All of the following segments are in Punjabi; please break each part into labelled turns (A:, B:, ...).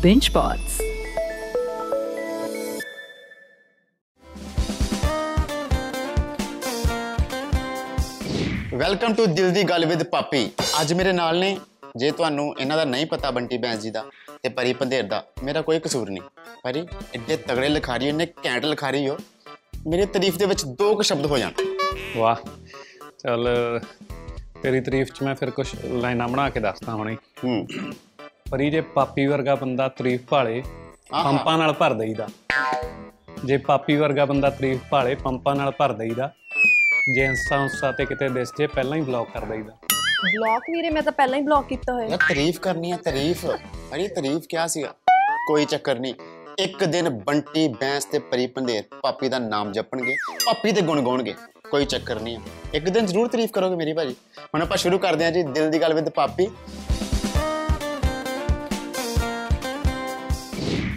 A: BingeBots.
B: ਵੈਲਕਮ ਟੂ ਦਿਲ ਦੀ ਗੱਲ ਵਿਦ ਪਾਪੀ ਅੱਜ ਮੇਰੇ ਨਾਲ ਨੇ ਜੇ ਤੁਹਾਨੂੰ ਇਹਨਾਂ ਦਾ ਨਹੀਂ ਪਤਾ ਬੰਟੀ ਬੈਂਸ ਜੀ ਦਾ ਤੇ ਪਰੀ ਪੰਧੇਰ ਦਾ ਮੇਰਾ ਕੋਈ ਕਸੂਰ ਨਹੀਂ ਪਰੀ ਇੱਡੇ ਤਗੜੇ ਲਿਖਾਰੀ ਇਹਨੇ ਘੈਂਟ ਲਿਖਾਰੀ ਹੋ ਮੇਰੇ ਤਾਰੀਫ ਦੇ ਵਿੱਚ ਦੋ ਕੁ ਸ਼ਬਦ ਹੋ ਜਾਣ
C: ਵਾਹ ਚੱਲ ਤੇਰੀ ਤਾਰੀਫ 'ਚ ਮੈਂ ਫਿਰ ਕੁਝ ਲਾਈਨਾਂ ਬਣਾ ਕੇ ਦੱਸਦਾ ਹੁਣੇ
B: ਹੂੰ
C: ਪਰੀ ਜੇ ਪਾਪੀ ਵਰਗਾ ਬੰਦਾ ਤਾਰੀਫ ਭਾਲੇ
B: ਆਹਾ।
C: ਪੰਪਾਂ ਨਾਲ ਭਰ ਦਈਦਾ ਜੇ ਪਾਪੀ ਵਰਗਾ ਬੰਦਾ ਤਾਰੀਫ ਭਾਲੇ ਪੰਪਾਂ ਨਾਲ ਭਰ ਦਈਦਾ ਜੇ ਇੰਸਟਾ ਉਸਾ ਤੇ ਕਿਤੇ ਦਿਸ ਜੇ ਪਹਿਲਾਂ ਹੀ ਬਲੌਕ ਕਰ ਦਈਦਾ
D: ਬਲੌਕ ਵੀਰੇ ਮੈਂ ਤਾਂ ਪਹਿਲਾਂ ਹੀ ਬਲੌਕ ਕੀਤਾ ਹੋਇਆ
B: ਯਾਰ ਤਾਰੀਫ ਕਰਨੀ ਹੈ ਤਾਰੀਫ ਪਰੀ ਤਾਰੀਫ ਕਿਆ ਸੀਗਾ ਕੋਈ ਚੱਕਰ ਨਹੀਂ ਇੱਕ ਦਿਨ ਬੰਟੀ ਬੈਂਸ ਤੇ ਪਰੀ ਪੰਧੇਰ ਪਾਪੀ ਦਾ ਨਾਮ ਜਪਣਗੇ ਪਾਪੀ ਦੇ ਗੁਣ ਗਾਉਣਗੇ ਕੋਈ ਚੱਕਰ ਨਹੀਂ ਹੈ। ਇੱਕ ਦਿਨ ਜ਼ਰੂਰ ਤਾਰੀਫ ਕਰੋਗੇ ਮੇਰੀ ਭਾਜੀ ਹੁਣ ਆਪਾਂ ਸ਼ੁਰੂ ਕਰਦੇ ਹਾਂ ਜੀ ਦਿਲ ਦੀ ਗੱਲ ਵਿਦ ਪਾਪੀ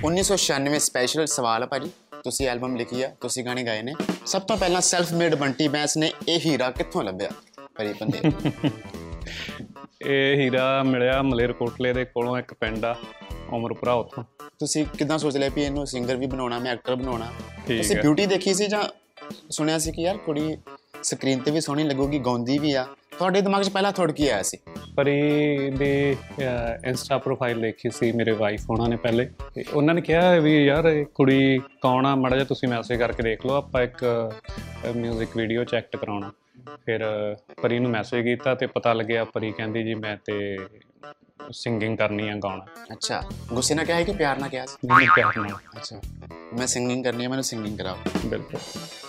B: 1996 ਸਪੈਸ਼ਲ ਸਵਾਲ ਆ ਭਾਜੀ ਤੁਸੀਂ ਐਲਬਮ ਲਿਖੀ ਆ ਤੁਸੀਂ ਗਾਣੇ ਗਾਏ ਨੇ ਸਭ ਤੋਂ ਪਹਿਲਾਂ ਸੈਲਫ ਮੇਡ ਬੰਟੀ ਬੈਂਸ ਨੇ ਇਹ ਹੀਰਾ ਕਿੱਥੋਂ ਲੱਭਿਆ ਪਰੀ ਪੰਧੇਰ
C: ਇਹ ਹੀਰਾ ਮਿਲਿਆ ਮਲੇਰਕੋਟਲੇ ਦੇ ਕੋਲੋਂ ਇੱਕ ਪਿੰਡ ਆ ਉਮਰਪੁਰਾ ਉੱਥੋਂ
B: ਤੁਸੀਂ ਕਿਦਾਂ ਸੋਚ ਲਿਆ ਵੀ ਇਹਨੂੰ ਸਿੰਗਰ ਵੀ ਬਣਾਉਣਾ ਮੈਂ ਐਕਟਰ ਬਣਾਉਣਾ
C: ਠੀਕ
B: ਤੁਸੀਂ
C: ਹੈ।
B: ਬਿਊਟੀ ਦੇਖੀ ਸੀ ਜਾਂ ਸੁਣਿਆ ਸੀ ਕਿ ਯਾਰ ਕੁੜੀ ਸਕਰੀਨ ਤੇ ਵੀ ਸੋਹਣੀ ਲੱਗੂਗੀ ਗਾਉਂਦੀ ਵੀ ਆ ਤੁਹਾਡੇ ਦਿਮਾਗ 'ਚ ਪਹਿਲਾਂ ਥੋੜ ਕੀ ਆਇਆ ਸੀ
C: ਪਰੀ ਦੀ ਇੰਸਟਾ ਪ੍ਰੋਫਾਈਲ ਦੇਖੀ ਸੀ ਮੇਰੇ ਵਾਈਫ ਉਹਨਾਂ ਨੇ ਪਹਿਲੇ ਤੇ ਉਹਨਾਂ ਨੇ ਕਿਹਾ ਵੀ ਯਾਰ ਇਹ ਕੁੜੀ ਕੌਣ ਆ ਮੜਾ ਜਾ ਤੁਸੀਂ ਮੈਸੇਜ ਕਰਕੇ ਦੇਖ ਲਓ ਆਪਾਂ ਇੱਕ ਮਿਊਜ਼ਿਕ ਵੀਡੀਓ ਚੈੱਕ ਕਰਾਉਣਾ ਫਿਰ ਅਹ, ਪਰੀ ਨੂੰ ਮੈਸੇਜ ਕੀਤਾ ਤੇ ਪਤਾ ਲੱਗਿਆ ਪਰੀ ਕਹਿੰਦੀ ਜੀ ਮੈਂ ਤੇ ਸਿੰਗਿੰਗ ਕਰਨੀ ਆ ਗਾਉਣਾ
B: ਅੱਛਾ ਗੁੱਸੇ ਨਾਲ ਕਿਹਾ ਹੈ ਕਿ ਪਿਆਰ ਨਾਲ ਕਿਹਾ ਸੀ
C: ਨਹੀਂ ਕਰਨਾ
B: ਅੱਛਾ ਮੈਂ ਸਿੰਗਿੰਗ ਕਰਨੀ ਹੈ ਮੈਨੂੰ ਸਿੰਗਿੰਗ ਕਰਾਓ
C: ਬਿਲਕੁਲ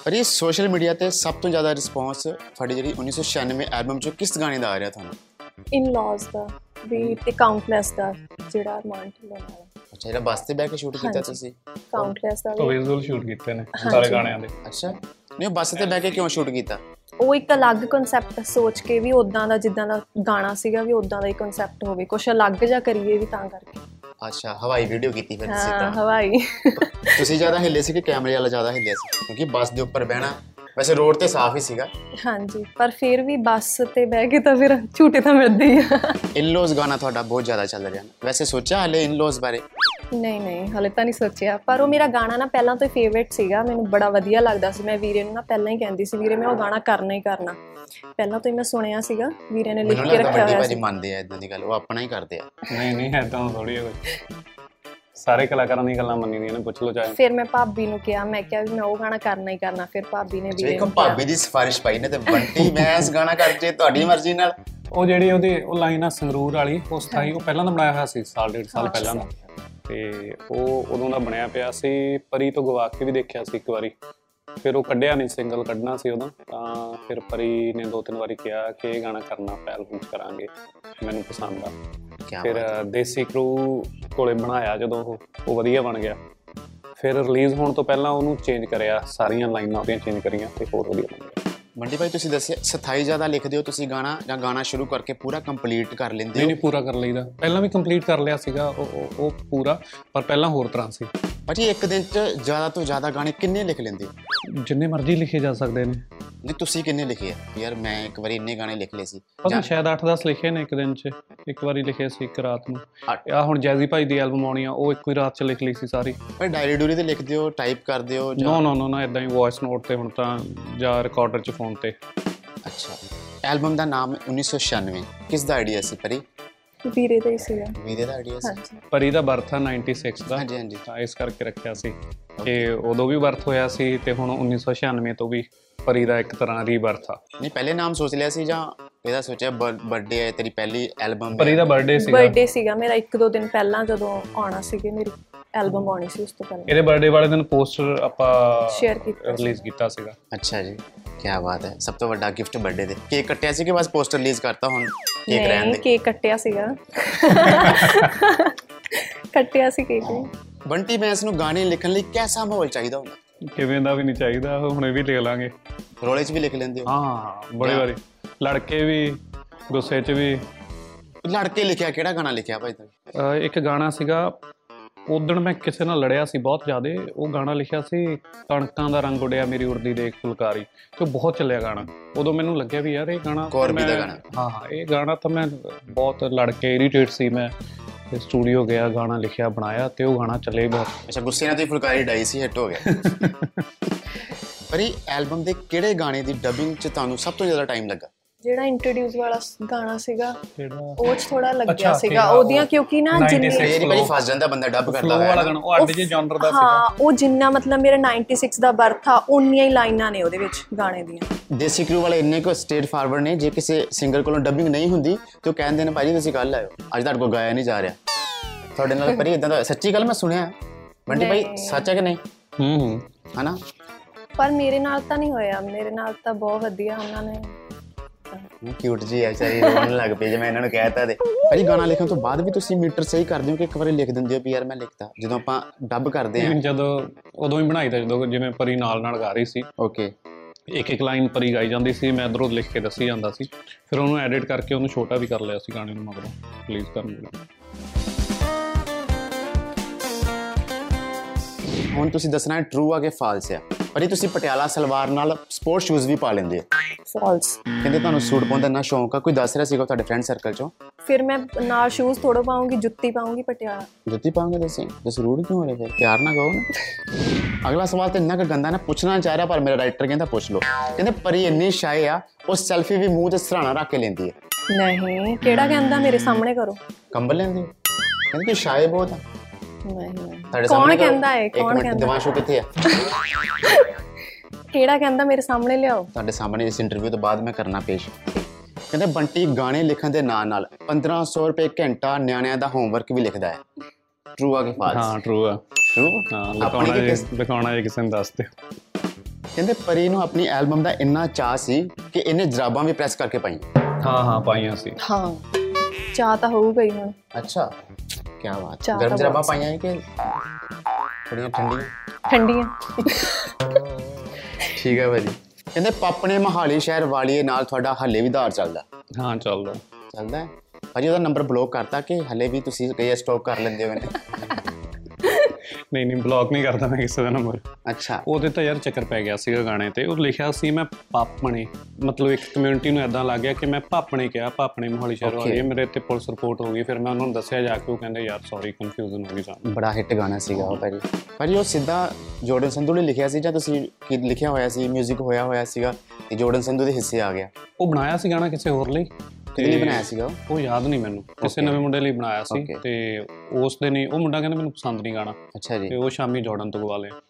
B: ਪਰ ਇਹ ਸੋਸ਼ਲ ਮੀਡੀਆ ਤੇ ਸਭ ਤੋਂ ਜ਼ਿਆਦਾ ਰਿਸਪੌਂਸ ਤੁਹਾਡੀ ਜਿਹੜੀ 1996 ਐਲਬਮ 'ਚੋਂ ਕਿਸ ਗਾਣੇ ਦਾ ਆ ਰਿਹਾ ਤੁਹਾਨੂੰ
D: ਇਨ ਲਾਜ਼ ਦਾ ਵੀ ਤੇ ਕਾਊਂਟਲੈਸ ਦਾ ਜਿਹੜਾ ਅਰਮਾਨ ਢਿੱਲੋਂ ਨਾਲ
B: ਅੱਛਾ ਜਿਹੜਾ ਬੱਸ ਤੇ ਬਹਿ ਕੇ ਸ਼ੂਟ ਕੀਤਾ
D: ਹਾਂਜੀ।
B: ਤੁਸੀਂ
D: ਕਾਊਂਟਲੈਸ ਦਾ
C: ਉਹ
D: ਵੀ
C: ਵਿਜ਼ੂਅਲ ਸ਼ੂਟ ਕੀਤੇ ਨੇ ਸਾਰੇ
D: ਹਾਂਜੀ।
C: ਗਾਣਿਆਂ ਦੇ
B: ਅੱਛਾ ਨਹੀਂ ਉਹ ਬੱਸ ਤੇ ਬਹਿ ਕੇ ਕਿਉਂ ਸ਼ੂਟ ਕੀਤਾ
D: ਉਹ ਇੱਕ ਅਲੱਗ ਕਨਸੈਪਟ ਸੋਚ ਕੇ ਵੀ ਉਦਾਂ ਦਾ ਜਿੱਦਾਂ ਦਾ ਗਾਣਾ ਸੀਗਾ ਵੀ ਉਦਾਂ ਦਾ ਹੀ ਕਨਸੈਪਟ ਹੋਵੇ ਕੁਝ ਅਲੱਗ ਜਿਹਾ ਕਰੀਏ ਵੀ ਤਾਂ ਕਰਕੇ
B: ਅੱਛਾ ਹਵਾਈ ਵੀਡੀਓ ਕੀਤੀ ਫਿਰ ਤੁਸੀਂ
D: ਹਾਂ
B: ਤਾਂ
D: ਹਵਾਈ
B: ਤੁਸੀਂ ਜ਼ਿਆਦਾ ਹਿੱਲੇ ਸੀ ਕਿ ਕੈਮਰੇ ਵਾਲਾ ਜ਼ਿਆਦਾ ਹਿੱਲਿਆ ਸੀ ਕਿਉਂਕਿ ਬੱਸ ਦੇ ਉੱਪਰ ਬਹਿਣਾ ਵੈਸੇ ਰੋਡ ਤੇ ਸਾਫ਼ ਹੀ ਸੀਗਾ
D: ਹਾਂਜੀ ਪਰ ਫਿਰ ਵੀ ਬੱਸ ਤੇ ਬਹਿ ਕੇ ਤਾਂ ਫਿਰ ਝੂਟੇ ਤਾਂ ਮਿਲਦੇ ਹੀ ਆ
B: ਇਨਲੋਸ ਗਾਣਾ ਤੁਹਾਡਾ ਬਹੁਤ ਜ਼ਿਆਦਾ ਚੱਲ ਰਿਹਾ ਨਾ ਵੈਸੇ ਸੋਚਿਆ ਹਲੇ ਇਨਲੋਸ ਬਾਰੇ
D: ਨਹੀਂ ਨਹੀਂ ਹਲੇ ਤਾਂ ਨਹੀਂ ਸੋਚਿਆ ਪਰ ਉਹ ਮੇਰਾ ਗਾਣਾ ਨਾ ਪਹਿਲਾਂ ਤੋਂ ਹੀ ਫੇਵਰਿਟ ਸੀਗਾ ਮੈਨੂੰ ਬੜਾ ਵਧੀਆ ਲੱਗਦਾ ਸੀ ਮੈਂ ਵੀਰੇ ਨੂੰ ਨਾ ਪਹਿਲਾਂ ਹੀ ਕਹਿੰਦੀ ਸੀ ਵੀਰੇ ਮੈਂ ਉਹ ਗਾਣਾ ਕਰਨਾ ਹੀ ਕਰਨਾ ਪਹਿਲਾਂ ਤੋਂ ਹੀ ਮੈਂ ਸੁਣਿਆ ਸੀਗਾ ਵੀਰੇ ਨੇ ਲਿਖ
B: ਮੈਨੂੰ
D: ਕੇ
B: ਲੱਗਦਾ
D: ਰੱਖਿਆ
B: ਵੱਡੇ
D: ਹੋਇਆ
B: ਭਾਜੀ
D: ਸੀ
B: ਮੰਨਦੇ ਆ ਇਦਾਂ ਦੀ ਗੱਲ ਉਹ ਆਪਣਾ ਹੀ ਕਰਦੇ ਆ
C: ਨਹੀਂ ਨਹੀਂ ਐਦਾਂ ਥੋੜੀ ਹੈ ਕੋਈ ਸਾਰੇ ਕਲਾਕਾਰਾਂ ਦੀਆਂ ਗੱਲਾਂ ਮੰਨੀ ਦੀਆਂ ਨੇ ਪੁੱਛ ਲਓ ਚਾਹੇ
D: ਫਿਰ ਮੈਂ ਭਾਬੀ ਨੂੰ ਕਿਹਾ ਮੈਂ ਕਿਹਾ ਵੀ ਮੈਂ ਉਹ ਗਾਣਾ ਕਰਨਾ ਹੀ ਕਰਨਾ ਫਿਰ ਭਾਬੀ ਨੇ ਵੀਰੇ
B: ਦੇਖੋ
D: ਨੂੰ ਕਿਹਾ
B: ਭਾਬੀ ਦੀ ਸਿਫਾਰਿਸ਼ ਪਾਈ ਨੇ ਤੇ ਬੰਟੀ ਮੈਂ ਇਸ ਗਾਣਾ ਕਰ ਜੇ ਤੁਹਾਡੀ ਮਰਜ਼ੀ ਨਾਲ
C: ਉਹ ਜਿਹੜੀ ਉਹਦੀ ਉਹ ਲਾਈਨ ਆ ਸੰਗਰੂਰ ਵਾਲੀ ਉਸ ਥਾਈ ਉਹ ਪਹਿਲਾਂ ਦਾ ਬਣਾਇਆ ਹੋਇਆ ਸੀ ਸਾਲ ਡੇਢ ਸਾਲ ਪਹਿਲਾਂ ਦਾ ਤੇ ਉਹ ਉਦੋਂ ਦਾ ਬਣਿਆ ਪਿਆ ਸੀ ਪਰੀ ਤੋਂ ਗਵਾ ਕੇ ਵੀ ਦੇਖਿਆ ਸੀ ਇੱਕ ਵਾਰੀ ਫਿਰ ਉਹ ਕੱਢਿਆ ਨਹੀਂ ਸਿੰਗਲ ਕੱਢਣਾ ਸੀ ਉਦੋਂ ਤਾਂ ਫਿਰ ਪਰੀ ਨੇ ਦੋ ਤਿੰਨ ਵਾਰੀ ਕਿਹਾ ਕਿ ਇਹ ਗਾਣਾ ਕਰਨਾ ਪੈਲ ਵਿੱਚ ਕਰਾਂਗੇ ਮੈਨੂੰ ਪਸੰਦ ਆ
B: ਕੀ
C: ਫਿਰ ਅ, ਦੇਸੀ ਕਰੂ ਕੋਲੇ ਬਣਾਇਆ ਜਦੋਂ ਉਹ ਉਹ ਵਧੀਆ ਬਣ ਗਿਆ ਫਿਰ ਰਿਲੀਜ਼ ਹੋਣ ਤੋਂ ਪਹਿਲਾਂ ਉਹਨੂੰ ਚੇਂਜ ਕਰਿਆ ਸਾਰੀਆਂ ਲਾਈਨਾਂ ਉਹਦੀਆਂ ਚੇਂਜ ਕਰੀਆਂ ਤੇ ਹੋਰ ਵਧੀਆ ਬਣ ਗਿਆ
B: ਬੰਟੀ ਭਾਈ ਤੁਸੀਂ ਦੱਸਿਆ ਸਥਾਈ ਜ਼ਿਆਦਾ ਲਿਖਦੇ ਹੋ ਤੁਸੀਂ ਗਾਣਾ ਜਾਂ ਗਾਣਾ ਸ਼ੁਰੂ ਕਰਕੇ ਪੂਰਾ ਕੰਪਲੀਟ ਕਰ ਲੈਂਦੇ
C: ਨਹੀਂ
B: ਹੋ
C: ਨਹੀਂ ਪੂਰਾ ਕਰ ਲਈਦਾ ਪਹਿਲਾਂ ਵੀ ਕੰਪਲੀਟ ਕਰ ਲਿਆ ਸੀਗਾ ਉਹ ਉਹ- ਉਹ ਪੂਰਾ ਪਰ ਪਹਿਲਾਂ ਹੋਰ ਤਰ੍ਹਾਂ ਸੀ
B: ਭਾਜੀ ਇੱਕ ਦਿਨ 'ਚ ਜ਼ਿਆਦਾ ਤੋਂ ਜ਼ਿਆਦਾ ਗਾਣੇ ਕਿੰਨੇ ਲਿਖ ਲੈਂਦੇ ਹੋ
C: ਜਿੰਨੇ ਮਰਜ਼ੀ ਲਿਖੇ ਜਾ ਸਕਦੇ ਨੇ
B: ਨਹੀਂ ਤੁਸੀਂ ਕਿੰਨੇ ਲਿਖੇ ਆ ਯਾਰ ਮੈਂ ਇੱਕ ਵਾਰੀ ਇੰਨੇ ਗਾਣੇ ਲਿਖ ਲਏ ਸੀ
C: ਪਤਾ
B: ਜਾਂ-
C: ਨਹੀਂ, ਸ਼ਾਇਦ 8-10 ਲਿਖੇ ਨੇ ਇੱਕ ਦਿਨ 'ਚ ਇੱਕ ਵਾਰੀ ਲਿਖੇ ਸੀ ਇੱਕ ਰਾਤ ਨੂੰ
B: ਅੱਠ।
C: ਆ ਹੁਣ ਜੈਜ਼ੀ ਭਾਈ ਦੀ ਐਲਬਮ ਆਉਣੀ ਆ ਉਹ ਇੱਕੋ ਹੀ ਰਾਤ 'ਚ ਲਿਖ ਲਈ ਸੀ ਸਾਰੀ
B: ਪਰ ਡਾਇਰੀ ਡੂਰੀ ਤੇ ਲਿਖਦੇ ਹੋ ਟਾਈਪ ਕਰਦੇ ਹੋ
C: ਨੋ ਨੋ ਨੋ ਨਾ ਇਦਾਂ ਹੀ ਵੌਇਸ ਨੋਟ ਤੇ ਹੁਣ ਤਾਂ ਜਾਂ ਰਿਕਾਰਡਰ 'ਚ ਫੋਨ ਤੇ
B: ਅੱਛਾ ਐਲਬਮ ਦਾ ਨਾਮ 1996 ਕਿਸ ਦਾ ਆਈਡੀਆ ਸੀ ਪਰੀ
D: ਵੀਰੇ ਦਾ ਹੀ ਸੀਗਾ
B: ਵੀਰੇ ਦਾ ਆਈਡੀਆ ਸੀ
D: ਹਾਂਜੀ
C: ਪਰ ਇਹਦਾ ਬਰਥ ਆ 96 ਦਾ
B: ਹਾਂਜੀ ਹਾਂਜੀ
C: ਤਾਂ ਇਸ ਕਰਕੇ ਰੱਖਿਆ ਸੀ ਕਿ ਉਦੋਂ ਵੀ ਬਰਥ ਹੋਇਆ ਸੀ ਤੇ ਹੁਣ 1996 ਤੋਂ ਵੀ ਪਰੀ ਦਾ ਇੱਕ ਤਰ੍ਹਾਂ ਰੀਬਰਥ ਆ
B: ਨਹੀਂ ਪਹਿਲੇ ਨਾਮ ਸੋਚ ਲਿਆ ਸੀ ਜਾਂ ਇਹਦਾ ਸੋਚਿਆ ਬਰਥਡੇ ਹੈ ਤੇਰੀ ਪਹਿਲੀ ਐਲਬਮ
C: ਪਰੀ ਦਾ ਬਰਥਡੇ ਸੀਗਾ
D: ਬਰਥਡੇ ਸੀਗਾ ਮੇਰਾ ਇੱਕ ਦੋ ਦਿਨ ਪਹਿਲਾਂ ਜਦੋਂ ਆਉਣਾ ਸੀਗੇ ਮੇਰੀ ਐਲਬਮ ਆਉਣੀ ਸੀ ਉਸ ਤੋਂ ਪਹਿਲਾਂ
C: ਇਹਦੇ ਬਰਥਡੇ ਵਾਲੇ ਦਿਨ ਪੋਸਟਰ ਆਪਾਂ
D: ਸ਼ੇਅਰ ਕੀਤਾ ਸੀ।
C: ਰਿਲੀਜ਼ ਕੀਤਾ ਸੀਗਾ
B: ਅੱਛਾ ਜੀ ਕੀ ਬਾਤ ਹੈ ਸਭ ਤੋਂ ਵੱਡਾ ਗਿਫਟ ਬਰਥਡੇ ਦੇ ਕੇਕ ਕੱਟਿਆ ਸੀ ਕਿ ਬਸ ਪੋਸਟਰ ਰਿਲੀਜ਼ ਕਰਤਾ ਹੁਣ ਕੇਕ ਰਹਿਣ
D: ਨਹੀਂ
B: ਦੇ
D: ਕੇਕ ਕੱਟਿਆ ਸੀਗਾ ਕੱਟਿਆ ਸੀ ਕੇਕ ਵੀ।
B: ਬੰਟੀ ਬੈਂਸ ਨੂੰ ਗਾਣੇ ਲਿਖਣ ਲਈ ਕਿਹਦਾ ਮਾਹੌਲ ਚਾਹੀਦਾ ਹੁੰਦਾ
C: ਕਿਵੇਂ ਦਾ ਵੀ ਨਹੀਂ ਚਾਹੀਦਾ ਹੁਣੇ ਵੀ ਲੈ ਲਾਂਗੇ
B: ਰੋਲੇ 'ਚ ਵੀ ਲਿਖ ਲੈਂਦੇ ਹੋ
C: ਹਾਂ ਬੜੇ
B: ਕਿਆ?
C: ਵਾਰੀ ਲੜਕੇ ਵੀ ਗੁੱਸੇ 'ਚ ਵੀ
B: ਲੜ ਕੇ ਲਿਖਿਆ ਕਿਹੜਾ ਗਾਣਾ ਲਿਖਿਆ ਭਾਈ ਤੂੰ
C: ਅਹ ਇੱਕ ਗਾਣਾ ਸੀਗਾ ਉਦੋਂ ਮੈਂ ਕਿਸੇ ਨਾਲ ਲੜਿਆ ਸੀ ਬਹੁਤ ਜ਼ਿਆਦਾ ਉਹ ਗਾਣਾ ਲਿਖਿਆ ਸੀ ਕਣਕਾਂ ਦਾ ਰੰਗ ਉੜਿਆ ਮੇਰੀ ਉੜਦੀ ਦੇਖ ਫੁਲਕਾਰੀ ਤੇ ਉਹ ਬਹੁਤ ਚੱਲਿਆ ਗਾਣਾ ਉਦੋਂ ਮੈਨੂੰ ਲੱਗਿਆ ਵੀ ਯਾਰ ਇਹ ਗਾਣਾ ਤਾਂ
B: ਕੌਰਬੀ ਦਾ
C: ਮੈਂ-
B: ਗਾਣਾ।
C: ਹਾਂ ਹਾਂ ਇਹ ਗਾਣਾ ਤਾਂ ਮੈਂ ਬਹੁਤ ਲੜ ਕੇ ਇਰੀਟੇਟ ਸੀ ਮੈਂ ਤੇ ਸਟੂਡੀਓ ਗਿਆ ਗਾਣਾ ਲਿਖਿਆ ਬਣਾਇਆ ਤੇ ਉਹ ਗਾਣਾ ਚੱਲੇ ਬਹੁਤ
B: ਅੱਛਾ ਗੁੱਸੇ ਨਾਲ ਤੇ ਫੁਲਕਾਰੀ ਡਾਈ ਸੀ ਹਿੱਟ ਹੋ ਗਿਆ ਪਰ ਇਹ ਐਲਬਮ ਦੇ ਕਿਹੜੇ ਗਾਣੇ ਦੀ ਡਬਿੰਗ 'ਚ ਤੁਹਾਨੂੰ ਸਭ ਤੋਂ ਜ਼ਿਆਦਾ ਟਾਈਮ ਲੱਗਾ
D: ਜਿਹੜਾ ਇੰਟਰੋਡਿਊਸ ਵਾਲਾ ਸ- ਗਾਣਾ ਸੀਗਾ
C: ਜਿਹੜਾ
D: ਉਹ ਚ ਥੋੜਾ ਲੱਗਿਆ
C: ਅੱਛਾ,
D: ਸੀਗਾ
C: ਸੀਗਾ ਉਹ।
D: ਉਹਦੀਆਂ ਕਿਉਂਕਿ ਨਾ
C: 96
D: ਜਿੰਨੀ
B: ਇਹ ਨਹੀਂ ਭਾਈ ਫਸ ਜਾਂਦਾ ਬੰਦਾ ਡੱਬ ਕਰਦਾ
C: ਫਲੋ ਵਾਲਾ
B: ਹੋਇਆ
C: ਗਾਣਾ ਉਹ ਅੱਡੇ ਜੇ ਜਨਰ ਦਾ ਸੀਗਾ
D: ਹਾਂ ਉਹ ਜਿੰਨਾ ਮਤਲਬ ਮੇਰਾ 96 ਦਾ ਬਰਥ ਆ ਉਨੀਆਂ ਹੀ ਲਾਈਨਾਂ ਨੇ ਉਹਦੇ ਵਿੱਚ ਗਾਣੇ ਦੀਆਂ
B: ਦੇਸੀ ਕਰੂ ਵਾਲੇ ਇੰਨੇ ਕੋ ਸਟੇਟ ਫਾਰਵਰਡ ਨੇ ਜੇ ਕਿਸੇ ਸਿੰਗਰ ਕੋਲੋਂ ਡਬਿੰਗ ਨਹੀਂ ਹੁੰਦੀ ਤੇ ਉਹ ਕਹਿੰਦੇ ਨੇ ਭਾਈ ਜੀ ਤੁਸੀਂ ਕੱਲ ਆਇਓ ਅੱਜ ਤੁਹਾਡੇ ਕੋਲ ਗਾਇਆ ਨਹੀਂ ਜਾ ਰਿਹਾ ਤੁਹਾਡੇ ਨਾਲ ਪਰੀ ਇਦਾਂ ਦਾ ਸੱਚੀ ਗੱਲ ਮੈਂ ਸੁਣਿਆ ਬੰਟੀ ਭਾਈ
D: ਨਹੀਂ।
B: ਸੱਚ ਹੈ ਕਿ ਨਹੀਂ
C: ਹੂੰ ਹੂੰ
B: ਹਨਾ
D: ਪਰ ਮੇਰੇ ਨਾਲ ਤਾਂ ਨਹੀਂ ਹੋਇਆ ਮੇਰੇ ਨਾਲ ਤਾਂ ਬਹੁਤ ਵਧੀਆ ਉਹਨਾਂ ਨੇ
B: ਕਿਊਟ ਜੀ ਐ ਚਾਹੀ ਰੋਣ ਲੱਗ ਪਈ ਜੇ ਮੈਂ ਇਹਨਾਂ ਨੂੰ ਕਹਿਤਾ ਤੇ ਭਾਈ ਗਾਣਾ ਲਿਖਣ ਤੋਂ ਬਾਅਦ ਵੀ ਤੁਸੀਂ ਮੀਟਰ ਸਹੀ ਕਰਦੇ ਹੋ ਕਿ ਇੱਕ ਵਾਰੀ ਲਿਖ ਦਿੰਦੇ ਹੋ ਵੀ ਯਾਰ ਮੈਂ ਲਿਖਤਾ ਜਦੋਂ ਆਪਾਂ ਡੱਬ ਕਰਦੇ ਆ
C: ਜਦੋਂ ਉਦੋਂ ਹੀ ਬਣਾਈ ਦਾ ਜਦੋਂ ਜਿਵੇਂ ਪਰੀ ਨਾਲ ਨਾਲ ਗਾ ਰਹੀ ਸੀ
B: ਓਕੇ
C: ਇੱਕ ਇੱਕ ਲਾਈਨ ਪਰੀ ਗਾਈ ਜਾਂਦੀ ਸੀ ਮੈਂ ਇਧਰੋਂ ਲਿਖ ਕੇ ਦੱਸੀ ਜਾਂਦਾ ਸੀ ਫਿਰ ਉਹਨੂੰ ਐਡਿਟ ਕਰਕੇ ਉਹਨੂੰ ਛੋਟਾ ਵੀ ਕਰ ਲਿਆ ਸੀ ਗਾਣੇ ਨੂੰ ਮਗਰੋਂ ਰਿਲੀਜ਼ ਕਰਨ ਲਈ
B: ਹੁਣ ਤੁਸੀਂ ਦੱਸਣਾ ਹੈ ਟਰੂ ਆ ਕਿ ਫਾਲਸ ਆ ਪਰ ਇਹ ਤੁਸੀਂ ਪਟਿਆਲਾ ਸਲਵਾਰ ਨਾਲ ਸਪੋਰਟ ਸ਼ੂਜ਼ ਵੀ ਪਾ ਲੈਂਦੇ ਹੋ
D: ਫਾਲਸ
B: ਕਹਿੰਦੇ ਤੁਹਾਨੂੰ ਸੂਟ ਪਾਉਣ ਦਾ ਇੰਨਾ ਸ਼ੌਂਕ ਆ ਕੋਈ ਦੱਸ ਰਿਹਾ ਸੀਗਾ ਤੁਹਾਡੇ ਫਰੈਂਡ ਸਰਕਲ ਚੋਂ
D: ਫਿਰ ਮੈਂ ਨਾਲ ਸ਼ੂਜ਼ ਥੋੜੋ ਪਾਉਂਗੀ ਜੁੱਤੀ ਪਾਉਂਗੀ ਪਟਿਆਲਾ
B: ਜੁੱਤੀ ਪਾਉਂਗੇ ਤੁਸੀਂ ਜ਼ਰੂਰ ਕਿਉਂ ਹੋ ਰਹੇ ਫਿਰ ਪਿਆਰ ਨਾ ਕਹੋ ਨਾ ਅਗਲਾ ਸਵਾਲ ਤੇ ਇੰਨਾ ਕੁ ਗੰਦਾ ਨਾ ਪੁੱਛਣਾ ਨਹੀਂ ਚਾਹ ਰਿਹਾ ਪਰ ਮੇਰਾ ਰਾਈਟਰ ਕਹਿੰਦਾ ਪੁੱਛ ਲਓ ਕਹਿੰਦੇ ਪਰੀ ਇੰਨੀ ਸ਼ਾਇ ਆ ਉਹ ਸੈਲਫੀ ਵੀ ਮੂੰਹ ਤੇ ਸਰਾਣਾ ਰੱਖ ਕੇ ਲੈਂਦੀ ਹੈ
D: ਨਹੀਂ ਕਿਹੜਾ ਕਹਿੰਦਾ ਮੇਰੇ ਸਾਹਮਣੇ ਕਰੋ
B: ਕੰਬਲ ਲੈਂਦੀ ਹੈ। ਕਹਿੰਦੇ ਕਿ ਸ਼ਾਇ ਬਹੁਤ ਆ
D: ਨਹੀਂ
B: ਤੁਹਾਡੇ
D: ਕੌਣ
B: ਸਾਹਮਣੇ ਕਰੋ।
D: ਕਹਿੰਦਾ ਹੈ
B: ਇੱਕ
D: ਕੌਣ
B: ਮਿੰਟ,
D: ਕਹਿੰਦਾ
B: ਦਿਵਾਂਸ਼ੂ ਕਿੱਥੇ ਆ
D: ਕਿਹੜਾ ਕਹਿੰਦਾ ਮੇਰੇ ਸਾਹਮਣੇ ਲਿਆਓ
B: ਤੁਹਾਡੇ ਸਾਹਮਣੇ ਇਸ ਇੰਟਰਵਿਊ ਤੋਂ ਬਾਅਦ ਮੈਂ ਕਰਨਾ ਪੇਸ਼ ਕਹਿੰਦੇ ਬੰਟੀ ਗਾਣੇ ਲਿਖਣ ਦੇ ਨਾਲ ਨਾਲ 1500 ਰੁਪਏ ਘੰਟਾ ਨਿਆਣਿਆਂ ਦਾ ਹੋਮਵਰਕ ਵੀ ਲਿਖਦਾ ਹੈ ਟਰੂ ਆ ਕਿ ਫਾਲਸ
C: ਹਾਂ ਟਰੂ ਆ
B: ਟਰੂ
C: ਹਾਂ
B: ਆਪਣੀ
C: ਲਿਖਾਉਣਾ
B: ਕਿ
C: ਜੇ ਲਿਖਾਉਣਾ ਜੇ ਕਿਸੇ ਨੂੰ ਦੱਸ ਦਿਓ
B: ਕਹਿੰਦੇ ਪਰੀ ਨੂੰ ਆਪਣੀ ਐਲਬਮ ਦਾ ਇੰਨਾ ਚਾਹ ਸੀ ਕਿ ਇਹਨੇ ਜਰਾਬਾਂ ਵੀ ਪ੍ਰੈਸ ਕਰਕੇ ਪਾਈਆਂ
C: ਹਾਂ ਹਾਂ ਪਾਈਆਂ ਸੀ
D: ਹਾਂ ਚਾਹ ਤਾਂ ਹੋਊਗਾ ਹੀ ਹੁਣ
B: ਅੱਛਾ ਕੀ ਬਾਤ
D: ਚਾਹ
B: ਗਰਮ
D: ਤਾਂ
B: ਜਰਾਬਾਂ
D: ਬਹੁਤ
B: ਪਾਈਆਂ ਹੈ ਕਿ ਥੋੜੀਆਂ ਠੰਡੀਆਂ
D: ਠੰਡੀਆਂ
B: ਠੀਕ ਹੈ ਭਾਜੀ ਕਹਿੰਦੇ ਪਾਪਣੇ ਮਹਾਲੀ ਸ਼ਹਿਰ ਵਾਲੀਏ ਨਾਲ ਤੁਹਾਡਾ ਹੱਲੇ ਵੀ ਧਾਰ ਚੱਲਦਾ
C: ਹਾਂ ਚੱਲਦਾ
B: ਚੱਲਦਾ ਹੈ ਭਾਜੀ ਉਹਦਾ ਨੰਬਰ ਬਲੌਕ ਕਰਤਾ ਕਿ ਹੱਲੇ ਵੀ ਤੁਸੀਂ ਕਈ ਸਟਾਕ ਕਰ ਲੈਂਦੇ ਹੋ ਨੇ
C: ਨਹੀਂ ਨਹੀਂ ਬਲੌਕ ਨਹੀਂ ਕਰਦਾ ਮੈਂ ਕਿਸੇ ਦਾ ਨੰਬਰ
B: ਅੱਛਾ
C: ਉਹਦੇ ਤਾਂ ਯਾਰ ਚੱਕਰ ਪੈ ਗਿਆ ਸੀਗਾ ਗਾਣੇ ਤੇ ਉਹ ਲਿਖਿਆ ਸੀ ਮੈਂ ਪਾਪਣੇ ਮਤਲਬ ਇੱਕ ਕਮਿਊਨਿਟੀ ਨੂੰ ਐਦਾਂ ਲੱਗ ਗਿਆ ਕਿ ਮੈਂ ਪਾਪਣੇ ਕਿਹਾ ਪਾਪਣੇ ਮੋਹਾਲੀ ਸ਼ਹਿਰ
B: Okay.
C: ਵਾਲੀ ਹੈ, ਮੇਰੇ ਤੇ ਪੁਲਿਸ ਰਿਪੋਰਟ ਹੋ ਗਈ ਫਿਰ ਮੈਂ ਉਹਨਾਂ ਨੂੰ ਦੱਸਿਆ ਜਾ ਕੇ ਉਹ ਕਹਿੰਦੇ ਯਾਰ ਸੌਰੀ ਕਨਫਿਊਜ਼ਨ ਹੋ ਗਈ ਸਾਨੂੰ
B: ਬੜਾ ਹਿੱਟ ਗਾਣਾ ਸੀਗਾ ਉਹ ਭਾਜੀ ਭਾਜੀ ਉਹ ਸਿੱਧਾ ਜੋਰਡਨ ਸੰਧੂ ਨੇ ਲਿਖਿਆ ਸੀ ਜਾਂ ਤੁਸੀਂ ਕੀ ਲਿਖਿਆ ਹੋਇਆ ਸੀ 뮤직 ਹੋਇਆ ਹੋਇਆ ਸੀਗਾ ਤੇ ਜੋਰਡਨ ਸੰਧੂ ਦੇ ਹਿੱਸੇ ਆ ਗਿਆ
C: ਉਹ ਬਣਾਇਆ ਸੀ ਗਾਣਾ ਕਿਸੇ ਹੋਰ ਲਈ
B: ਕਿਹਦੇ ਲਈ
C: ਤੇ
B: ਬਣਾਇਆ ਸੀਗਾ ਉਹ
C: ਉਹ ਯਾਦ ਨਹੀਂ ਮੈਨੂੰ ਕਿਸੇ
B: Okay.
C: ਨਵੇਂ ਮੁੰਡੇ ਲਈ ਬਣਾਇਆ ਸੀ
B: Okay.
C: ਤੇ ਉਸ ਦੇ ਨਹੀਂ ਉਹ ਮੁੰਡਾ ਕਹਿੰਦਾ ਮੈਨੂੰ ਪਸੰਦ ਨਹੀਂ ਗਾਣਾ
B: ਅੱਛਾ ਜੀ
C: ਤੇ ਉਹ ਸ਼ਾਮੀ ਜਾਰਡਨ ਤੋਂ ਗਵਾ ਲਿਆ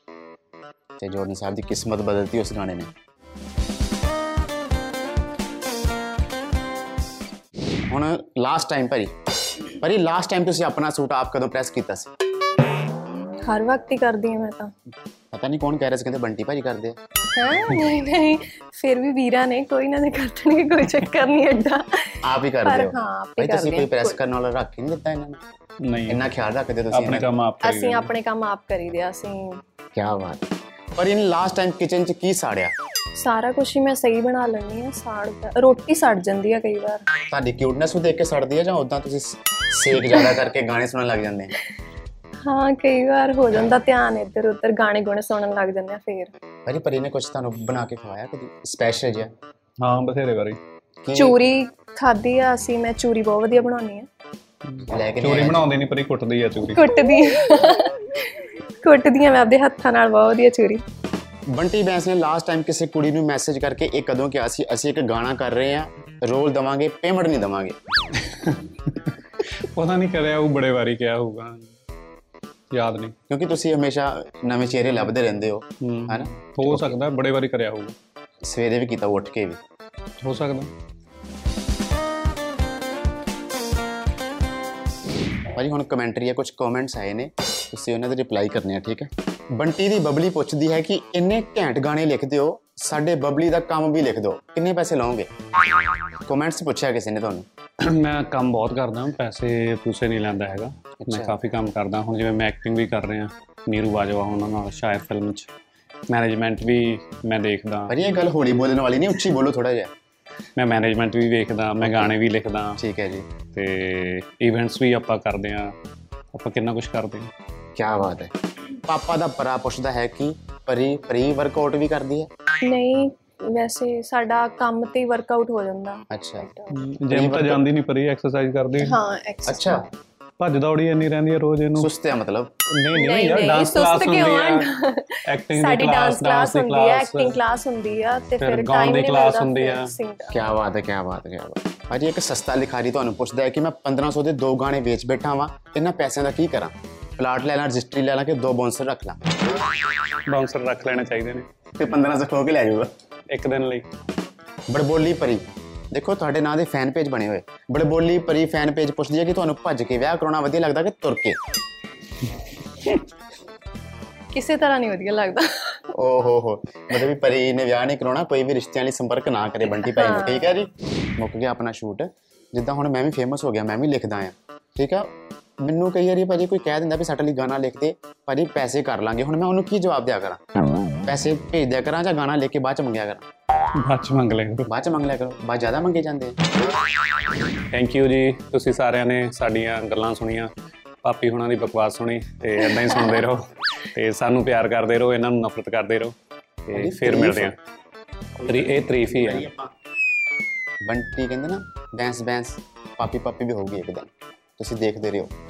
B: ਤੇ ਜੋਰਡਨ ਸਾਹਿਬ ਦੀ ਕਿਸਮਤ ਬਦਲਤੀ ਉਸ ਗਾਣੇ ਨੇ ਹੁਣ ਲਾਸਟ ਟਾਈਮ ਭਾਜੀ ਭਾਜੀ ਲਾਸਟ ਟਾਈਮ ਤੁਸੀਂ ਆਪਣਾ ਸੂਟ ਆਪ ਕਦੋਂ ਪ੍ਰੈਸ ਕੀਤਾ ਸੀ
D: ਹਰ ਵਕਤ ਹੀ ਕਰਦੀ ਹਾਂ ਮੈਂ ਤਾਂ
B: ਪਤਾ ਨਹੀਂ ਕੌਣ ਕਹਿ ਰਿਹਾ ਸੀ ਕਹਿੰਦੇ ਬੰਟੀ ਭਾਜੀ ਕਰਦੇ ਆ
D: ਹੈਂ? ਨਹੀਂ ਨਹੀਂ ਫਿਰ ਵੀ ਵੀਰਾ ਨੇ ਕੋਈ ਨਾ ਦੇ ਕਰਤਣੇ ਕੋਈ ਚੱਕਰ ਨਹੀਂ ਐਡਾ
B: ਆਪ ਹੀ
D: ਪਰ
B: ਕਰਦੇ ਹੋ
D: ਹਾਂ ਆਪ ਹੀ
B: ਭਾਈ ਤੁਸੀਂ
D: ਕਰਦੇ
B: ਕੋਈ
D: ਹਾਂ।
B: ਪ੍ਰੈਸ ਕਰਨ ਵਾਲਾ ਰੱਖ ਹੀ ਨਹੀਂ ਦਿੱਤਾ ਇਹਨਾਂ ਨੇ
C: ਨਹੀਂ
B: ਇੰਨਾ ਖਿਆਲ ਰੱਖਦੇ ਤੁਸੀਂ
C: ਆਪਣੇ ਕੰਮ ਆਪ ਕਰੀ
D: ਅਸੀਂ ਆਪਣੇ ਕੰਮ ਆਪ ਕਰੀਦੇ ਆ ਅਸੀਂ
B: ਕੀ ਬਾਤ ਪਰ ਇਹਨੇ ਲਾਸਟ ਟਾਈਮ ਕਿਚਨ 'ਚ ਕੀ ਸਾੜਿਆ
D: ਸਾਰਾ ਕੁਝ ਹੀ ਮੈਂ ਸਹੀ ਬਣਾ ਲੈਂਦੀ ਆ ਸਾੜ ਰੋਟੀ ਸੜ ਜਾਂਦੀ ਆ ਕਈ ਵਾਰ
B: ਤੁਹਾਡੀ ਕਿਊਟਨੈਸ ਨੂੰ ਦੇਖ ਕੇ ਸੜਦੀ ਹੈ ਜਾਂ ਉਦਾਂ ਤੁਸੀਂ ਸ- ਸੇਕ ਜ਼ਿਆਦਾ ਕਰਕੇ ਗਾਣੇ ਸੁਣਨ ਲੱਗ ਜਾਂਦੇ ਆ
D: ਹਾਂ ਕਈ ਵਾਰ ਹੋ ਜਾਂਦਾ ਧਿਆਨ ਇੱਧਰ ਉੱਧਰ ਗਾਣੇ ਗੁਣੇ ਸੁਣਨ ਲੱਗ ਜਾਂਦੇ ਆ ਫੇਰ
B: ਭਾਜੀ ਪਰ ਇਹਨੇ ਕੁਝ ਤੁਹਾਨੂੰ ਬਣਾ ਕੇ ਖਵਾਇਆ ਕਦੀ ਸਪੈਸ਼ਲ ਜਿਹਾ
C: ਹਾਂ ਬਥੇਰੇ ਵਾਰੀ
B: ਕੀ
D: ਚੂਰੀ ਖਾਦੀ ਆ ਅਸੀਂ ਮੈਂ ਚੂਰੀ ਬਹੁਤ ਵਧੀਆ ਬਣਾਉਣੀ ਆ
B: ਲੈ ਕੇ
C: ਚੋਰੀ
B: ਨਹੀਂ ਆਇਆ?
C: ਬਣਾਉਂਦੇ ਨਹੀਂ ਪਰ ਹੀ ਕੁੱਟਦੀ ਆ ਚੋਰੀ
D: ਕੁੱਟਦੀ ਕੁੱਟਦੀ ਆ ਮੈਂ ਆਪਦੇ ਹੱਥਾਂ ਨਾਲ ਬਹੁਤ ਵਧੀਆ ਚੂਰੀ
B: ਬੰਟੀ ਬੈਂਸ ਨੇ ਲਾਸਟ ਟਾਈਮ ਕਿਸੇ ਕੁੜੀ ਨੂੰ ਮੈਸੇਜ ਕਰਕੇ ਇਹ ਕਦੋਂ ਕਿਹਾ ਸੀ ਅਸੀਂ ਇੱਕ ਗਾਣਾ ਕਰ ਰਹੇ ਆ ਰੋਲ ਦਵਾਂਗੇ ਪੇਮੈਂਟ ਨਹੀਂ ਦਵਾਂਗੇ
C: ਪਤਾ ਨਹੀਂ ਕਰਿਆ ਉਹ ਬੜੇ ਵਾਰੀ ਕਿਹਾ ਹੋਊਗਾ ਯਾਦ ਨਹੀਂ
B: ਕਿਉਂਕਿ ਤੁਸੀਂ ਹਮੇਸ਼ਾ ਨਵੇਂ ਚਿਹਰੇ ਲੱਭਦੇ ਰਹਿੰਦੇ ਹੋ
C: ਹਮ,
B: ਹਨਾ
C: ਹੋ ਸਕਦਾ ਬੜੇ ਵਾਰੀ ਕਰਿਆ ਹੋਊਗਾ
B: ਸਵੇਰੇ ਵੀ ਕੀਤਾ ਉੱਠ ਕੇ ਵੀ
C: ਹੋ ਸਕਦਾ
B: ਭਾਜੀ ਹੁਣ ਕਮੈਂਟਰੀ ਆ ਕੁਝ ਕਮੈਂਟਸ ਆਏ ਨੇ ਤੁਸੀਂ ਉਹਨਾਂ ਦੇ ਰਿਪਲਾਈ ਕਰਨੇ ਆ ਠੀਕ ਹੈ ਬੰਟੀ ਦੀ ਬਬਲੀ ਪੁੱਛਦੀ ਹੈ ਕਿ ਇੰਨੇ ਘੈਂਟ ਗਾਣੇ ਲਿਖਦੇ ਹੋ ਸਾਡੇ ਬਬਲੀ ਦਾ ਕੰਮ ਵੀ ਲਿਖ ਦਿਓ ਕਿੰਨੇ ਪੈਸੇ ਲਓਗੇ ਕਮੈਂਟਸ ਪੁੱਛਿਆ ਕਿਸੇ ਨੇ ਤੁਹਾਨੂੰ
C: ਮੈਂ ਕੰਮ ਬਹੁਤ ਕਰਦਾ ਪੈਸੇ ਪੂਸੇ ਨਹੀਂ ਲੈਂਦਾ ਹੈਗਾ ਮੈਂ ਕਾਫੀ ਕੰਮ ਕਰਦਾ ਹੁਣ ਜਿਵੇਂ ਮੈਂ ਐਕਟਿੰਗ ਵੀ ਕਰ ਰਿਹਾ ਨੀਰੂ ਬਾਜਵਾ ਉਹਨਾਂ ਨਾਲ ਸ਼ਾਇਦ ਫਿਲਮ 'ਚ ਮੈਨੇਜਮੈਂਟ ਵੀ ਮੈਂ ਦੇਖਦਾ
B: ਭਾਜੀ ਇਹ ਗੱਲ ਹੋਲੀ ਬੋਲਣ ਵਾਲੀ ਨਹੀਂ ਉੱਚੀ ਬੋਲੋ ਥੋੜਾ ਜਿਹਾ
C: ਮੈਂ ਮੈਨੇਜਮੈਂਟ ਵੀ ਵੇਖਦਾ ਮੈਂ ਗਾਣੇ ਵੀ ਲਿਖਦਾ
B: ਠੀਕ ਹੈ ਜੀ
C: ਤੇ ਇਵੈਂਟਸ ਵੀ ਆਪਾਂ ਕਰਦੇ ਆ ਆਪਾਂ ਕਿੰਨਾ ਕੁਝ ਕਰਦੇ ਆ
B: ਕੀ ਬਾਤ ਹੈ ਪਾਪਾ ਦਾ ਪਰਾ ਪੁੱਛਦਾ ਹੈ ਕਿ ਪਰੀ ਪ੍ਰੀ ਵਰਕਆਊਟ ਵੀ ਕਰਦੀ ਹੈ
D: ਨਹੀਂ ਵੈਸੇ ਸਾਡਾ ਕੰਮ ਤੇ ਵਰਕਆਊਟ ਹੋ ਜਾਂਦਾ
B: ਅੱਛਾ
C: ਜਿਮ ਤਾਂ ਜਾਂਦੀ ਨਹੀਂ ਪਰ ਇਹ ਐਕਸਰਸਾਈਜ਼ ਕਰਦੀ
D: ਹਾਂ ਐਕਸਰਸਾਈਜ਼
B: ਅੱਛਾ
C: ਭੱਜ ਦੌੜੀ ਇੰਨੀ ਰਹਿੰਦੀ ਹੈ ਰੋਜ਼ ਇਹਨੂੰ
B: ਸੁਸਤ ਆ ਮਤਲਬ
C: ਨਹੀਂ ਨਹੀਂ
D: ਨਹੀਂ,
C: ਯਾਰ
D: ਨਹੀਂ,
C: ਡਾਂਸ
D: ਸੁਸਤ
C: ਕਲਾਸ ਹੁੰਦੀ
D: ਕਿਉਂ
C: ਹੈ ਐਕਟਿੰਗ ਦੀ
D: ਸਾਡੀ ਡਾਂਸ
C: ਕਲਾਸ ਡਾਂਸ
D: ਕਲਾਸ
C: ਦੀ
D: ਹੁੰਦੀ ਹੈ
C: ਕਲਾਸ
D: ਐਕਟਿੰਗ ਕਲਾਸ ਹੁੰਦੀ ਆ ਤੇ
C: ਫਿਰ
D: ਫਿਰ
C: ਗਾਉਣ
D: ਟਾਈਮ
C: ਦੀ
D: ਨਹੀਂ
C: class
D: ਲੱਗਦਾ
C: ਹੁੰਦੀ ਆ।
D: ਫਿਰ sing ਦਾ।
B: ਕੀ ਬਾਤ ਹੈ ਕੀ ਬਾਤ ਹੈ ਕੀ ਬਾਤ ਹੈ। ਭਾਜੀ ਇੱਕ ਸਸਤਾ ਲਿਖਾਰੀ ਤੁਹਾਨੂੰ ਪੁੱਛਦਾ ਹੈ ਕਿ ਮੈਂ 1500 ਦੇ ਦੋ ਗਾਣੇ ਵੇਚ ਬੈਠਾ ਵਾਂ ਇਹਨਾਂ ਪੈਸਿਆਂ ਦਾ ਕੀ ਕਰਾਂ ਪਲਾਟ ਲੈ ਲਾਂ ਰਜਿਸਟਰੀ ਲੈ ਲਾਂ ਕਿ ਦੋ ਬੌਂਸਰ ਰੱਖ ਲਾਂ
C: ਬਾਉਂਸਰ ਰੱਖ ਲੈਣੇ ਚਾਹੀਦੇ ਨੇ
B: ਤੇ 1500 ਖੋ ਕੇ ਲੈ ਜਾਊਗਾ
C: ਇੱਕ ਦਿਨ ਲਈ
B: ਬੜਬੋਲੀ ਪਰੀ ਦੇਖੋ ਤੁਹਾਡੇ ਨਾਂ ਦੇ ਫੈਨ ਪੇਜ ਬਣੇ ਹੋਏ ਬੜਬੋਲੀ ਪਰੀ ਫੈਨ ਪੇਜ ਪੁੱਛਦੀ ਹੈ ਕਿ ਤੁਹਾਨੂੰ ਭੱਜ ਕੇ ਵਿਆਹ ਕਰਾਉਣਾ ਵਧੀਆ ਲੱਗਦਾ ਕਿ ਤੁਰ ਕੇ
D: ਕਿਸੇ ਤਰ੍ਹਾਂ ਨਹੀਂ ਵਧੀਆ ਲੱਗਦਾ
B: ਓ ਹੋ ਹੋ ਮਤਲਬ ਵੀ ਪਰੀ ਨੇ ਵਿਆਹ ਨਹੀਂ ਕਰਾਉਣਾ ਕੋਈ ਵੀ ਰਿਸ਼ਤਿਆਂ ਲਈ ਸੰਪਰਕ ਨਾ ਕਰੇ ਬੰਟੀ ਭਾਈ ਨੂੰ ਠੀਕ ਹੈ ਜੀ ਮੁੱਕ ਗਿਆ ਆਪਣਾ ਸ਼ੂਟ ਜਿੱਦਾਂ ਹੁਣ ਮੈਂ ਵੀ ਫੇਮਸ ਹੋ ਗਿਆ ਮੈਂ ਵੀ ਲਿਖਦਾ ਆ ਠੀਕ ਆ ਮੈਨੂੰ ਕਈ ਵਾਰੀ ਭਾਜੀ ਕੋਈ ਕਹਿ ਦਿੰਦਾ ਵੀ ਸਾਡੇ ਲਈ ਗਾਣਾ ਲਿਖ ਦੇ ਭਾਜੀ ਪੈਸੇ ਕਰ ਲਾਂਗੇ ਹੁਣ ਮੈਂ ਉਹਨੂੰ ਕੀ ਜਵਾਬ ਦਿਆ ਕਰਾਂ ਪੈਸੇ ਭੇਜ ਦਿਆ ਕਰਾਂ ਜਾਂ ਗਾਣਾ ਲਿਖ ਕੇ ਬਾਅਦ ਚ ਮੰਗਿਆ ਕਰਾਂ
C: ਬਾਅਦ ਚ ਮੰਗ ਲੈ
B: ਬਾਅਦ ਚ ਮੰਗ ਲਿਆ ਕਰੋ ਬਾਅਦ ਜ਼ਿਆਦਾ ਮੰਗੇ ਜਾਂਦੇ ਆ
C: ਥੈਂਕ ਯੂ ਜੀ ਤੁਸੀਂ ਸਾਰਿਆਂ ਨੇ ਸਾਡੀਆਂ ਗੱਲਾਂ ਸੁਣੀਆਂ ਪਾਪੀ ਹੁਣਾਂ ਦੀ ਬਕਵਾਸ ਸੁਣੀ ਤੇ ਇਦਾਂ ਹੀ ਸੁਣਦੇ ਰਹੋ ਤੇ ਸਾਨੂੰ ਪਿਆਰ ਕਰਦੇ ਰਹੋ ਇਹਨਾਂ ਨੂੰ ਨਫ਼ਰਤ ਕਰਦੇ ਰਹੋ ਤੇ
B: ਹਾਂਜੀ,
C: ਫਿਰ ਮਿਲਦੇ ਹਾਂ
B: ਤਾਰੀਫ਼।
C: ਤਰੀ ਇਹ ਤਾਰੀਫ ਹੀ ਹੈ
B: ਬੰਟੀ ਕਹਿੰਦੇ ਨਾ ਬੈਂਸ ਬੈਂਸ ਪਾਪੀ ਪਾਪੀ ਵੀ ਹੋਊਗੀ ਇੱਕ ਦਿਨ ਤੁਸੀਂ ਦੇਖਦੇ ਰਹੋ